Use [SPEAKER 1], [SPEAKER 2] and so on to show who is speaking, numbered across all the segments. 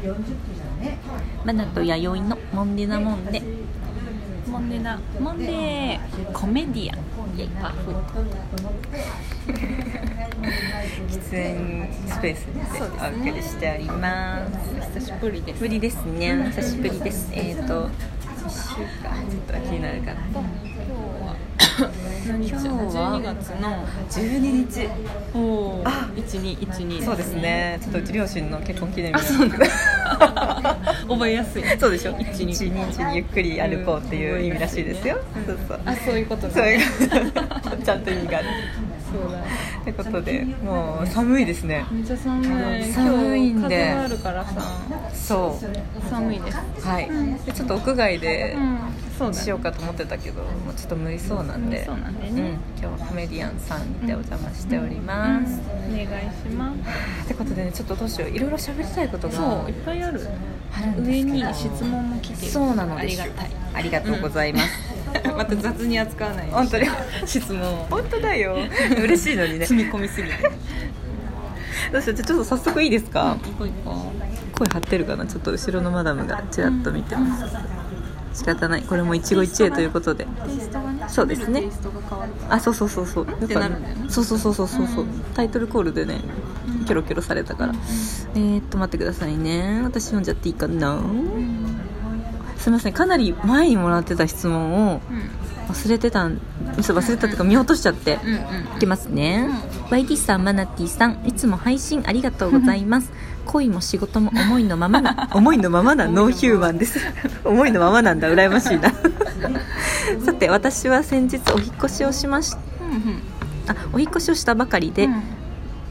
[SPEAKER 1] 40分じゃね
[SPEAKER 2] マナと弥生のモンデナモンデ
[SPEAKER 3] モンデナモンデーコメディアンイェイパーフ
[SPEAKER 2] 喫煙スペース
[SPEAKER 3] そうで
[SPEAKER 2] で
[SPEAKER 3] すね
[SPEAKER 2] お送りしております
[SPEAKER 3] 久しぶりです
[SPEAKER 2] ぶりですね久しぶりですえっ、ー、と1週間ちょっとは気になるかった今
[SPEAKER 3] 今日は
[SPEAKER 2] 日は
[SPEAKER 3] 12月の
[SPEAKER 2] 12日
[SPEAKER 3] お
[SPEAKER 2] あ
[SPEAKER 3] 1212
[SPEAKER 2] そうですねちょっとうち両親の結婚記念日
[SPEAKER 3] あそうなんだ覚えやすい
[SPEAKER 2] そうでしょ
[SPEAKER 3] 12
[SPEAKER 2] 12日にゆっくり歩こうっていう意味らしいですよ、そうそう
[SPEAKER 3] あそういうこと
[SPEAKER 2] そうい
[SPEAKER 3] ね
[SPEAKER 2] うことちゃんと意味がある
[SPEAKER 3] そうだ
[SPEAKER 2] ということでもう寒いですね
[SPEAKER 3] めっちゃ寒い
[SPEAKER 2] 寒いんで
[SPEAKER 3] 今日風があるからさ
[SPEAKER 2] そ
[SPEAKER 3] 寒いです
[SPEAKER 2] うはいでちょっと屋外で
[SPEAKER 3] うんそうだ
[SPEAKER 2] し
[SPEAKER 3] ね
[SPEAKER 2] ようかと思ってたけどもうちょっと無理そうなんで
[SPEAKER 3] そうなんで
[SPEAKER 2] うん、
[SPEAKER 3] ね
[SPEAKER 2] 今日はコメディアンさんでお邪魔しております、
[SPEAKER 3] お願いします
[SPEAKER 2] ってことでねちょっとどうしよういろいろ喋りたいことが
[SPEAKER 3] そういっぱいある
[SPEAKER 2] あるんで
[SPEAKER 3] 上
[SPEAKER 2] すけど
[SPEAKER 3] に質問も来てる
[SPEAKER 2] そうなの
[SPEAKER 3] あ
[SPEAKER 2] で
[SPEAKER 3] り
[SPEAKER 2] す
[SPEAKER 3] がたい
[SPEAKER 2] ありがとうございます、
[SPEAKER 3] また雑に扱わない
[SPEAKER 2] 本当に
[SPEAKER 3] 質問を
[SPEAKER 2] 本当だよ嬉しいの にね
[SPEAKER 3] 積み込みすぎて
[SPEAKER 2] どうしようじゃあちょっと早速いいですか、
[SPEAKER 3] 行こう行こ
[SPEAKER 2] 声張ってるかなちょっと後ろのマダムがちらっと見てます仕方ないこれも一期一会ということで
[SPEAKER 3] うテイストがね
[SPEAKER 2] そうですね
[SPEAKER 3] テイストが変わるから
[SPEAKER 2] あそうそうそうそう
[SPEAKER 3] ってなるんだよね
[SPEAKER 2] そうそうそうそうそうそう
[SPEAKER 3] うん
[SPEAKER 2] タイトルコールでねキョロキョロされたから、えー、っと待ってくださいね私読んじゃっていいかなすみませんかなり前にもらってた質問を
[SPEAKER 3] うんうん
[SPEAKER 2] 忘れてたん嘘忘れたっていうか見落としちゃって、
[SPEAKER 3] うん
[SPEAKER 2] いきますね、YT さんマナティさんいつも配信ありがとうございます恋も仕事も思いのまま な思いのままなノーヒューマンです思いのままなんだ羨ましい なさて私は先日お引っ越しをしまし
[SPEAKER 3] うんうん
[SPEAKER 2] あお引っ越しをしたばかりで、
[SPEAKER 3] うん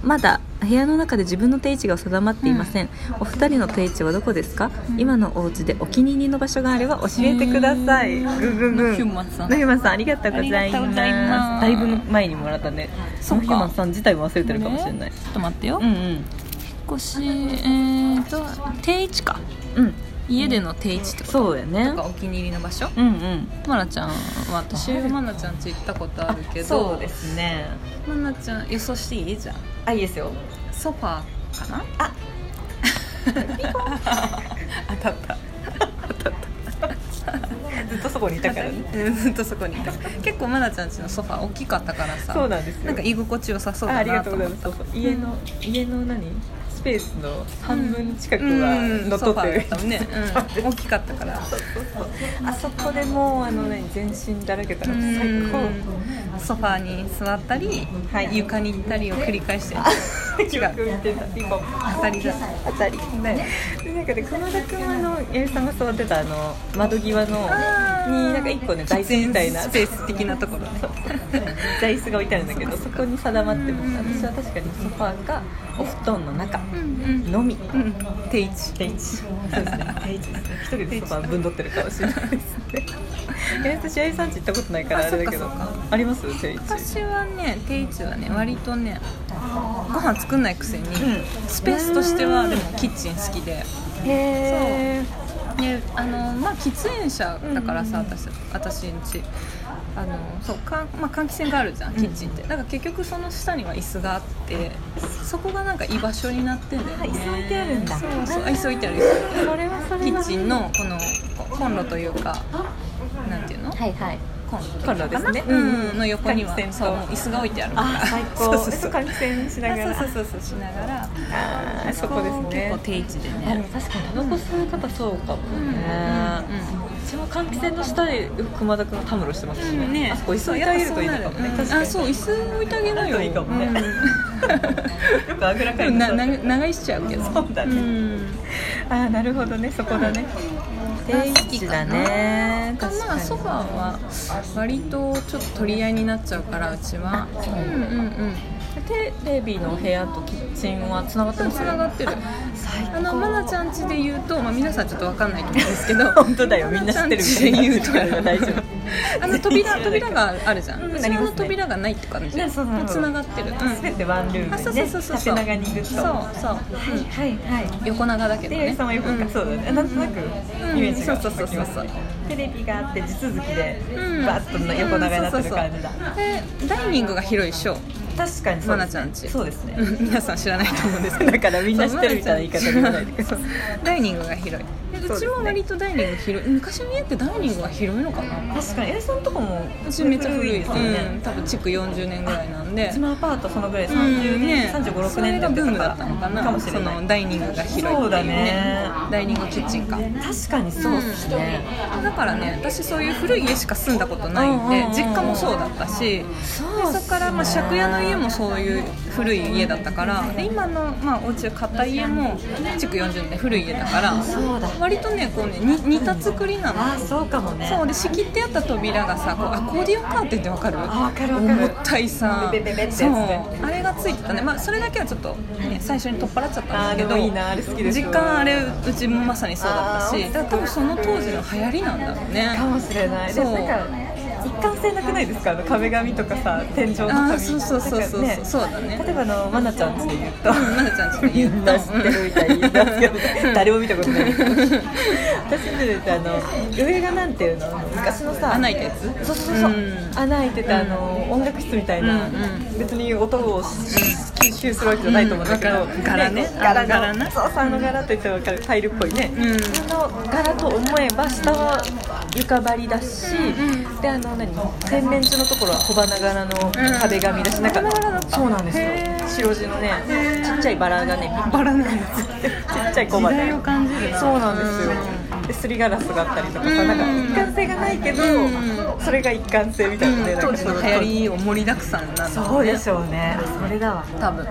[SPEAKER 2] まだ部屋の中で自分の定位置が定まっていません、お二人の定位置はどこですか、今のお家でお気に入りの場所があれば教えてください
[SPEAKER 3] へー
[SPEAKER 2] ぐんぐんぐん
[SPEAKER 3] ノヒューマンさん
[SPEAKER 2] ノヒューマンさんありがとうござ
[SPEAKER 3] あ
[SPEAKER 2] い
[SPEAKER 3] りがと
[SPEAKER 2] ま
[SPEAKER 3] う
[SPEAKER 2] す
[SPEAKER 3] ございます
[SPEAKER 2] だいぶ前にもらったね
[SPEAKER 3] そ
[SPEAKER 2] ノ
[SPEAKER 3] っ
[SPEAKER 2] ヒ
[SPEAKER 3] か
[SPEAKER 2] ューマンさん自体も忘れてるかもしれない、
[SPEAKER 3] ねちょっと待ってよ、
[SPEAKER 2] うんうん
[SPEAKER 3] 引っ越しえー、と定位置か
[SPEAKER 2] うん
[SPEAKER 3] 家での定位置ってこと
[SPEAKER 2] そうやね
[SPEAKER 3] なんかお気に入りの場所
[SPEAKER 2] うんうん
[SPEAKER 3] まなちゃんは私まなちゃんち行ったことあるけど
[SPEAKER 2] そうですね
[SPEAKER 3] まなちゃん予想していいじゃん
[SPEAKER 2] あいいですよ
[SPEAKER 3] ソファーかな
[SPEAKER 2] あ
[SPEAKER 3] 当たった
[SPEAKER 2] ずっとそこにいたからね
[SPEAKER 3] うんずっとそこに いた結構まなちゃんちのソファー大きかったからさ
[SPEAKER 2] そうなんですよ
[SPEAKER 3] なんか居心地良さそう
[SPEAKER 2] あ
[SPEAKER 3] だ
[SPEAKER 2] あり
[SPEAKER 3] な
[SPEAKER 2] が
[SPEAKER 3] と
[SPEAKER 2] とうご
[SPEAKER 3] 思
[SPEAKER 2] ざ
[SPEAKER 3] っ
[SPEAKER 2] います
[SPEAKER 3] て
[SPEAKER 2] そうそう家の家の何スペースの半分近くは
[SPEAKER 3] うん
[SPEAKER 2] 乗っ取ってる
[SPEAKER 3] ソファーだったもんね、うん、大きかったから
[SPEAKER 2] あそこでもうあのね全身だらけたら最高
[SPEAKER 3] うんソファーに座ったり、
[SPEAKER 2] はい
[SPEAKER 3] 床に行ったりを繰り返してる
[SPEAKER 2] 違う見てた今
[SPEAKER 3] 当たりだ
[SPEAKER 2] 当たりねでなんかね熊田君はあの八重さんが座ってたあの窓際のになんか一個ね座椅子みたいな
[SPEAKER 3] スペース的なところね
[SPEAKER 2] 座椅子が置いてあるんだけどそこに定まってます私は確かにソファーかお布団の中のみ定位置定位置そうですね定位置ですね一人でソファーぶんどってるかもしれないですねえ私八重さんち行ったことないからあれだけど
[SPEAKER 3] あそっかそ
[SPEAKER 2] あります定位置
[SPEAKER 3] 私はね定位置はね割とねご飯作んないくせに、
[SPEAKER 2] ん
[SPEAKER 3] スペースとしてはでもキッチン好きで
[SPEAKER 2] へー
[SPEAKER 3] であのまあ喫煙者だからさ、私私んちあのそうか、まあ、換気扇があるじゃんキッチンって、だから結局その下には椅子があってそこがなんか居場所になってんだよね
[SPEAKER 2] あ椅子置いてあるんだ
[SPEAKER 3] そうそうあ椅子置いてある椅子
[SPEAKER 2] それはそ
[SPEAKER 3] キ
[SPEAKER 2] れは
[SPEAKER 3] ッチンのこのこコンロというかなんていうの
[SPEAKER 2] はいはい
[SPEAKER 3] コンロ
[SPEAKER 2] コンロですね
[SPEAKER 3] かなうん、の横には
[SPEAKER 2] 換気扇と
[SPEAKER 3] そうもう椅子が置いてあるから
[SPEAKER 2] あ最
[SPEAKER 3] そう
[SPEAKER 2] 高
[SPEAKER 3] そうそう
[SPEAKER 2] 感染しながら
[SPEAKER 3] あそうそうそうそうしながら
[SPEAKER 2] あーそこですね
[SPEAKER 3] 結構定位置で
[SPEAKER 2] あでも
[SPEAKER 3] ね
[SPEAKER 2] 確かにタバコ吸う方そうかも
[SPEAKER 3] うんうん
[SPEAKER 2] ねうちも換気扇の下で熊田君がたむろしてますし
[SPEAKER 3] うん
[SPEAKER 2] ね
[SPEAKER 3] ね
[SPEAKER 2] あそこ椅子置いてあげるといいのかもね
[SPEAKER 3] うん
[SPEAKER 2] 確か
[SPEAKER 3] あ
[SPEAKER 2] に
[SPEAKER 3] そう椅子置いてあげなよ
[SPEAKER 2] いいかもね
[SPEAKER 3] うん
[SPEAKER 2] よくあぐらか
[SPEAKER 3] で
[SPEAKER 2] いて
[SPEAKER 3] もな
[SPEAKER 2] た
[SPEAKER 3] な長居しちゃうけど
[SPEAKER 2] そうだね
[SPEAKER 3] ん
[SPEAKER 2] あーなるほどねそこだね定位置だね
[SPEAKER 3] かまあソファーは割とちょっと取り合いになっちゃうからうちはうんうんうん
[SPEAKER 2] テレビの部屋とキッチンはつながって
[SPEAKER 3] と
[SPEAKER 2] ます
[SPEAKER 3] つながってる
[SPEAKER 2] 最
[SPEAKER 3] あのまなちゃんちで言うと、まあ、皆さんちょっとわかんないと思うんですけど
[SPEAKER 2] 本当だよみんな知ってるみたいな
[SPEAKER 3] まな ちゃんちで
[SPEAKER 2] 大丈
[SPEAKER 3] 言うと
[SPEAKER 2] 夫
[SPEAKER 3] あの扉扉があるじゃん、
[SPEAKER 2] うん
[SPEAKER 3] う
[SPEAKER 2] なり
[SPEAKER 3] ち
[SPEAKER 2] ます
[SPEAKER 3] の
[SPEAKER 2] ね
[SPEAKER 3] 扉がないって感じ
[SPEAKER 2] ねそうそうそう
[SPEAKER 3] つながってる、うん、
[SPEAKER 2] 全てワンルーム
[SPEAKER 3] あそう
[SPEAKER 2] で
[SPEAKER 3] そ
[SPEAKER 2] ね
[SPEAKER 3] うそうそう
[SPEAKER 2] 縦長にグッと
[SPEAKER 3] そうそう、うん
[SPEAKER 2] はいはい
[SPEAKER 3] 横長だけ
[SPEAKER 2] テ
[SPEAKER 3] ど
[SPEAKER 2] レ
[SPEAKER 3] ね
[SPEAKER 2] ビさんはよくか、
[SPEAKER 3] うん
[SPEAKER 2] そうだねなんとなくイメージが
[SPEAKER 3] うんそうそうそうそうそう
[SPEAKER 2] テレビがあって地続きで
[SPEAKER 3] うん
[SPEAKER 2] バッと横長になってる感じだ、
[SPEAKER 3] そうそうそうでダイニングが広いっしょ
[SPEAKER 2] 確かにそ
[SPEAKER 3] マ
[SPEAKER 2] うで
[SPEAKER 3] ナ
[SPEAKER 2] す
[SPEAKER 3] ちゃん
[SPEAKER 2] ね
[SPEAKER 3] ち
[SPEAKER 2] そうですね
[SPEAKER 3] うん皆さん知らないと 思うんですけど
[SPEAKER 2] だからみんな知ってるみたいな言い方で言わないでください
[SPEAKER 3] ダイニングが広いで
[SPEAKER 2] そう
[SPEAKER 3] う
[SPEAKER 2] です
[SPEAKER 3] ち
[SPEAKER 2] ね
[SPEAKER 3] も割とダイニング広い昔の家ってダイニングが広いのかな
[SPEAKER 2] 確かに八重さんのとこも
[SPEAKER 3] うちめっちゃ古い
[SPEAKER 2] で
[SPEAKER 3] ですす
[SPEAKER 2] よね
[SPEAKER 3] よね、多分築40年ぐらいなんで
[SPEAKER 2] うちのアパートそのぐらい
[SPEAKER 3] う
[SPEAKER 2] 30
[SPEAKER 3] ん
[SPEAKER 2] 年
[SPEAKER 3] ね
[SPEAKER 2] 356
[SPEAKER 3] そ
[SPEAKER 2] 年
[SPEAKER 3] れがブームだったのかな
[SPEAKER 2] もしれな
[SPEAKER 3] そ
[SPEAKER 2] い
[SPEAKER 3] のダイニングが広いっていうね
[SPEAKER 2] そうだね
[SPEAKER 3] ダイニングキッチンか
[SPEAKER 2] 確かにそうですね、
[SPEAKER 3] だからね私そういう古い家しか住んだことないんで
[SPEAKER 2] うんうんうん
[SPEAKER 3] 実家もそうだったし
[SPEAKER 2] そう
[SPEAKER 3] でそこからまあ借家の家もそういう古い家だったからで今のまあお家を買った家も築40年古い家だから
[SPEAKER 2] そうだ
[SPEAKER 3] 割とねこうねに似た作りな
[SPEAKER 2] あ
[SPEAKER 3] の
[SPEAKER 2] あそうかもね
[SPEAKER 3] そうで仕切ってあった扉がさこうアコーディオンカーテンってわかる
[SPEAKER 2] あわかるわかる
[SPEAKER 3] 重たいさ
[SPEAKER 2] ベベベベって
[SPEAKER 3] そう
[SPEAKER 2] やつね
[SPEAKER 3] あれがついてたねまあそれだけはちょっとね最初に取っ払っちゃった
[SPEAKER 2] あ
[SPEAKER 3] ん
[SPEAKER 2] ーです
[SPEAKER 3] でけ
[SPEAKER 2] も
[SPEAKER 3] ど
[SPEAKER 2] いいなあれ好きです
[SPEAKER 3] 実家あれうちもまさにそうだった
[SPEAKER 2] あ
[SPEAKER 3] し
[SPEAKER 2] ー
[SPEAKER 3] だから多分その当時の流行りなんだろうね
[SPEAKER 2] かもしれないで
[SPEAKER 3] そう
[SPEAKER 2] なんか一貫性なくないですかあの壁紙とかさ天井の
[SPEAKER 3] あ
[SPEAKER 2] 紙
[SPEAKER 3] ーそうそうそうそう
[SPEAKER 2] なんか
[SPEAKER 3] そうだね
[SPEAKER 2] 例えばあのマナちゃんち で言うと
[SPEAKER 3] まなちゃんちが
[SPEAKER 2] み
[SPEAKER 3] 言
[SPEAKER 2] ん
[SPEAKER 3] っ
[SPEAKER 2] な
[SPEAKER 3] た
[SPEAKER 2] 知ってるみたいに言いますけど誰も見たことない私ので言うとあの上がなんていうのあの昔のさ
[SPEAKER 3] 穴開いたやつ
[SPEAKER 2] そうそうそう、
[SPEAKER 3] うん
[SPEAKER 2] 穴開いてたあの、音楽室みたいな、
[SPEAKER 3] うんう
[SPEAKER 2] 別に音を吸収するわけじゃないと思うんだけど、
[SPEAKER 3] うんわかる柄ね
[SPEAKER 2] 柄
[SPEAKER 3] あの柄
[SPEAKER 2] の
[SPEAKER 3] ね
[SPEAKER 2] そうそうあの柄って言ってわかるタイルっぽいね、
[SPEAKER 3] うん
[SPEAKER 2] あの柄と思えば下は床張りだし、
[SPEAKER 3] うん
[SPEAKER 2] であの何洗面所のところは小花柄の壁紙だし、なんか
[SPEAKER 3] 小花柄だった
[SPEAKER 2] そうなんですよ
[SPEAKER 3] へー
[SPEAKER 2] 白地のね
[SPEAKER 3] へー
[SPEAKER 2] ちっちゃいバラがねピン
[SPEAKER 3] バラなんです
[SPEAKER 2] ちっちゃい小
[SPEAKER 3] 時
[SPEAKER 2] 判
[SPEAKER 3] 代を感じるな
[SPEAKER 2] そうなんですよ、ですりガラスがあったりとかさ、
[SPEAKER 3] うん
[SPEAKER 2] なんか一貫性がないけど、
[SPEAKER 3] う
[SPEAKER 2] それが一貫性みたいなね、なん
[SPEAKER 3] 当
[SPEAKER 2] か
[SPEAKER 3] 時
[SPEAKER 2] そ
[SPEAKER 3] の流行りを盛りだくさんなんだ
[SPEAKER 2] そうでしょうねそれだわ
[SPEAKER 3] 多分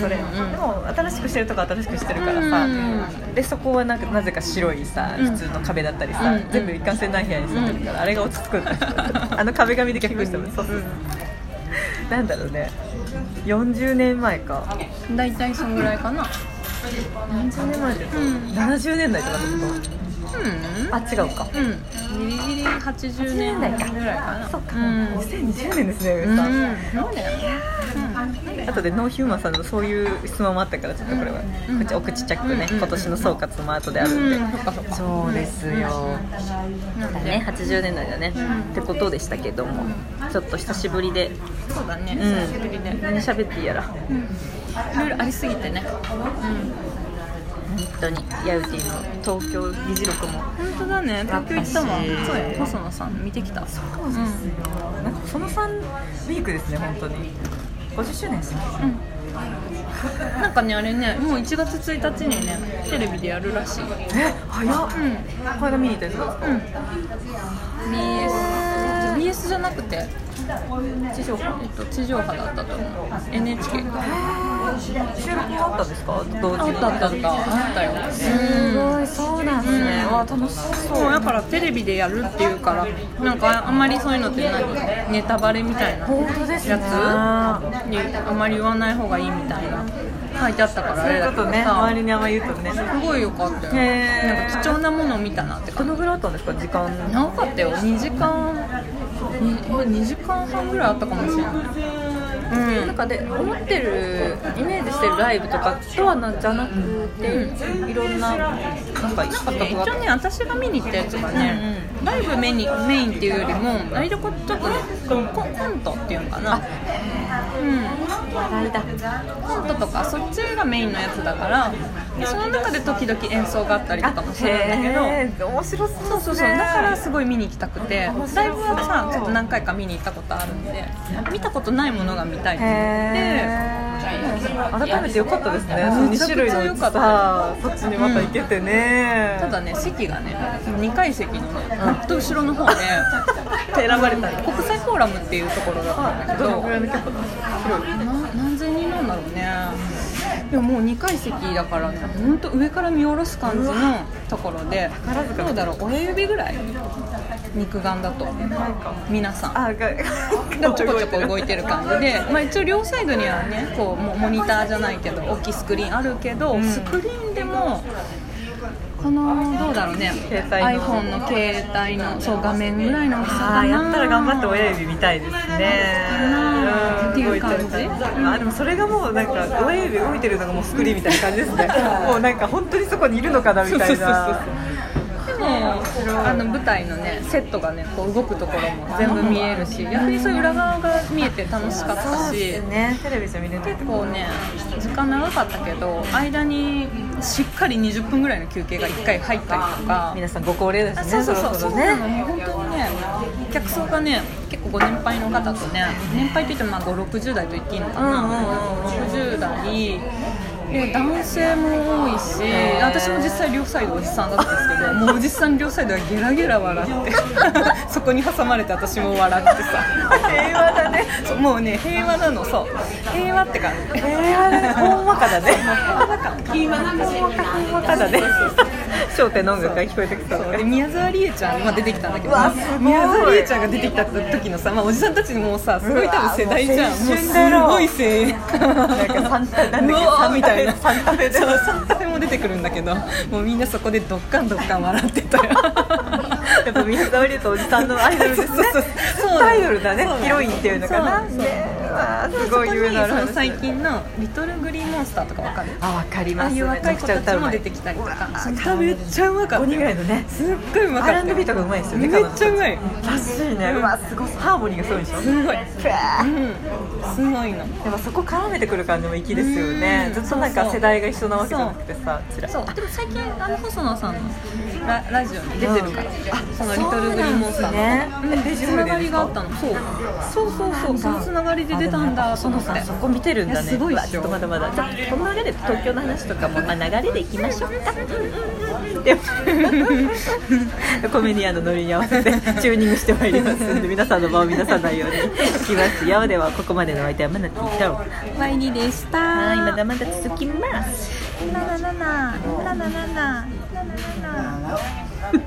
[SPEAKER 2] それ、
[SPEAKER 3] うんうん
[SPEAKER 2] でも新しくしてるとこ新しくしてるからさ、
[SPEAKER 3] うん
[SPEAKER 2] でそこはなんかなぜか白いさ
[SPEAKER 3] うん
[SPEAKER 2] 普通の壁だったりさ、
[SPEAKER 3] うん
[SPEAKER 2] 全部一貫性ない部屋に住んでるから、あれが落ち着くんだよあの壁紙で結婚したのそうそう、なんだろうね40年前か
[SPEAKER 3] 大体そのぐらいかな
[SPEAKER 2] 40年前で、
[SPEAKER 3] ん
[SPEAKER 2] 70年代とかってこと
[SPEAKER 3] う
[SPEAKER 2] あ違うか
[SPEAKER 3] んうんギリギリ80年代ぐらいかな
[SPEAKER 2] そっか、
[SPEAKER 3] うん
[SPEAKER 2] 2020年ですね
[SPEAKER 3] う
[SPEAKER 2] 上
[SPEAKER 3] ん
[SPEAKER 2] さん、
[SPEAKER 3] そうだよねうん
[SPEAKER 2] あとでノーヒューマンさんのそういう質問もあったからちょっとこれは、
[SPEAKER 3] うん
[SPEAKER 2] こっちお口チャックね、
[SPEAKER 3] うん
[SPEAKER 2] 今年の総括も後であるんで、
[SPEAKER 3] うんそっかそっか
[SPEAKER 2] そうですよ、
[SPEAKER 3] なんで
[SPEAKER 2] ね80年代だね、
[SPEAKER 3] うん
[SPEAKER 2] ってことでしたけどもちょっと久しぶりで
[SPEAKER 3] そうだね
[SPEAKER 2] うん
[SPEAKER 3] 久しぶりでい
[SPEAKER 2] 何喋っていいやら本
[SPEAKER 3] ろいろありすぎてねうん
[SPEAKER 2] 当にヤウティの東京議事録も
[SPEAKER 3] 本当だね東京行ったもん
[SPEAKER 2] 私
[SPEAKER 3] そうや細野さん見てきたそう
[SPEAKER 2] なんかその3ウィークですね本当に50周年ですね
[SPEAKER 3] んなんかねあれねもう1月1日にねテレビでやるらしい
[SPEAKER 2] え早っ、これが見に行ったやつですか、
[SPEAKER 3] BS, BS じゃなくて地上波、えっと、地上波だったと思う NHK か
[SPEAKER 2] 収録もあったんですか同時
[SPEAKER 3] あ
[SPEAKER 2] に
[SPEAKER 3] ったあったあったあったよ
[SPEAKER 2] すごいそうなんですね、
[SPEAKER 3] うん
[SPEAKER 2] わあ楽しそう
[SPEAKER 3] そうだからテレビでやるっていうからなんかあんまりそういうのって何ネタバレみたいな
[SPEAKER 2] 本当ですね
[SPEAKER 3] やつにあんまり言わない方がいいみたいな書いてあったから
[SPEAKER 2] そ
[SPEAKER 3] あ
[SPEAKER 2] う
[SPEAKER 3] れ
[SPEAKER 2] い
[SPEAKER 3] だ
[SPEAKER 2] う
[SPEAKER 3] け
[SPEAKER 2] こと
[SPEAKER 3] ど
[SPEAKER 2] ね
[SPEAKER 3] さ
[SPEAKER 2] 周りにあんま言うとね
[SPEAKER 3] すごいよかったよ
[SPEAKER 2] へー
[SPEAKER 3] なんか貴重なものを見たなって
[SPEAKER 2] ど
[SPEAKER 3] 感じ
[SPEAKER 2] のぐらいあったんですか時間
[SPEAKER 3] 長かったよ2時間に2時間半ぐらいあったかもしれないうん
[SPEAKER 2] なんかで思ってるイメージしてるライブとかとはなんじゃなくて、いろんななんか一
[SPEAKER 3] なんか一応ね私が見に行ったやつがね、
[SPEAKER 2] う
[SPEAKER 3] ライブメにメインっていうよりも割とこうちょっとねココントっていうのかなうん
[SPEAKER 2] 笑いだ
[SPEAKER 3] コントとかそっちがメインのやつだからでその中で時々演奏があったりとかもするんだけど
[SPEAKER 2] ど面白そう
[SPEAKER 3] そうそうそうだからすごい見に行きたくて
[SPEAKER 2] 面白そう
[SPEAKER 3] ライブはさちょっと何回か見に行ったことあるんで見たことないものが見たいって言って
[SPEAKER 2] 改めて良かったですね
[SPEAKER 3] め
[SPEAKER 2] 2
[SPEAKER 3] ちゃ
[SPEAKER 2] 種
[SPEAKER 3] くちゃ
[SPEAKER 2] 類
[SPEAKER 3] 良
[SPEAKER 2] のう
[SPEAKER 3] かっ
[SPEAKER 2] ち
[SPEAKER 3] た
[SPEAKER 2] さそっちにまた行けてね、
[SPEAKER 3] ただね席がね2階席のねほんと後ろ の方で選ばれた国際フォーラムっていうところだったんだけ
[SPEAKER 2] どの
[SPEAKER 3] ど
[SPEAKER 2] ぐらいの曲なんですか広い
[SPEAKER 3] な何千人なんだろうねでももう2階席だからね本当上から見下ろす感じのところで
[SPEAKER 2] 宝塚
[SPEAKER 3] どうだろう親指ぐらい肉眼だと皆さん
[SPEAKER 2] あが
[SPEAKER 3] ちょこちょこ動いてる感じで、まあ、一応両サイドにはねこうもうモニターじゃないけど大きいスクリーンあるけど、
[SPEAKER 2] ん
[SPEAKER 3] スクリーンでもこのどうだろうね
[SPEAKER 2] 携帯の
[SPEAKER 3] iPhone の携帯のそう画面ぐらいの大きさ
[SPEAKER 2] あ
[SPEAKER 3] か
[SPEAKER 2] ー
[SPEAKER 3] な
[SPEAKER 2] やったら頑張って親指見たいですね
[SPEAKER 3] うんっていう感じ
[SPEAKER 2] 動てるあでもそれがもうなんか親指動いて るのがもうスクリーンみたいな感じですねもうなんか本当にそこにいるのかなみたいな
[SPEAKER 3] そうそうそうそうであの舞台のねセットがねこう動くところも全部見えるし逆にそういう裏側が見えて楽しかった
[SPEAKER 4] そう
[SPEAKER 3] し
[SPEAKER 4] ですねテレビじゃ見れない
[SPEAKER 3] 結構ね時間長かったけど間にしっかり20分ぐらいの休憩が1回入ったりとか
[SPEAKER 4] 皆さんご高齢だ
[SPEAKER 3] あ
[SPEAKER 4] し
[SPEAKER 3] そう
[SPEAKER 4] ね
[SPEAKER 3] そうそう
[SPEAKER 4] ろ
[SPEAKER 3] そう
[SPEAKER 4] ろ
[SPEAKER 3] なの
[SPEAKER 4] ね
[SPEAKER 3] もう本当にね客層がね結構ご年配の方とね年配って言ってもまあ560代と言っていいのか
[SPEAKER 4] うんうん
[SPEAKER 3] な、60代で男性も多いし
[SPEAKER 4] へー
[SPEAKER 3] 私も実際両サイドおじさんだったんです けどもうおじさん両サイドがゲラゲラ笑って そこに挟まれて私も笑ってさ平和だねもうね平和なのそう平和って感じ
[SPEAKER 4] うんうんえーほんわかだねほんわかだね『笑点』の音楽が聞こえてきたとか
[SPEAKER 3] で宮沢りえちゃんが出てきたんだけど
[SPEAKER 4] うわすごい
[SPEAKER 3] 宮沢りえちゃんが出てきた時のさ、まあ、おじさんたちもさすごい多分世代じゃん
[SPEAKER 4] うわもう青春だろ
[SPEAKER 3] もうすごい声援
[SPEAKER 4] なん かサンタなんだっ
[SPEAKER 3] うわ
[SPEAKER 4] けサンみたいなサンタフェで
[SPEAKER 3] そうサンタフェも出てくるんだけどもうみんなそこでドッカンドッカン笑ってたよ
[SPEAKER 4] やっぱ宮沢りえとおじさんのアイドルですね
[SPEAKER 3] そうそうそう
[SPEAKER 4] アイドルだね
[SPEAKER 3] そうだね
[SPEAKER 4] ヒロインっていうのかな
[SPEAKER 3] そう
[SPEAKER 4] ねうわすごい有名な
[SPEAKER 3] その
[SPEAKER 4] 話
[SPEAKER 3] 最近の「リトルグリーンモンスター」とかわかる
[SPEAKER 4] あわかり
[SPEAKER 3] あ
[SPEAKER 4] ま
[SPEAKER 3] あ
[SPEAKER 4] す
[SPEAKER 3] いう若い子たちも出てきたりとか歌めっちゃうまか
[SPEAKER 4] 5
[SPEAKER 3] った
[SPEAKER 4] 人ぐら
[SPEAKER 3] よ
[SPEAKER 4] いのね
[SPEAKER 3] すっごいうまかったよ
[SPEAKER 4] R&B とかうまいですよね
[SPEAKER 3] めっちゃうまい
[SPEAKER 4] らしいねうわすごいハーモニーがすごいでしょ
[SPEAKER 3] すごい
[SPEAKER 4] ふわー
[SPEAKER 3] うんすごいの
[SPEAKER 4] やっぱそこ絡めてくる感じも粋ですよね
[SPEAKER 3] うん
[SPEAKER 4] ずっとなんか
[SPEAKER 3] そうそう
[SPEAKER 4] 世代が一緒なわけじゃなくてさちら
[SPEAKER 3] そうでも最近あの細野さんのララジオに出てるから、あその「リトル・グリーン・モンスターの」
[SPEAKER 4] そうなんですね
[SPEAKER 3] つながりがあったのそうそうそうそうそのつながりで出たんだと
[SPEAKER 4] そ
[SPEAKER 3] 思
[SPEAKER 4] の
[SPEAKER 3] って
[SPEAKER 4] さんそこ見てるんだ
[SPEAKER 3] い
[SPEAKER 4] ね
[SPEAKER 3] やすごいっ
[SPEAKER 4] わ
[SPEAKER 3] し
[SPEAKER 4] ち
[SPEAKER 3] ょ
[SPEAKER 4] ょっとまだまだじゃあこの流れで東京の話とかも、まあ、流れでいきましょうかでコメディアンのノリに合わせてチューニングしてまいりますんで皆さんの場を乱さないようにいきますよではここまでのお相手はマナティーとは
[SPEAKER 3] マイリでした
[SPEAKER 4] いまだまだ続きます
[SPEAKER 3] ななななななななななななな
[SPEAKER 4] 何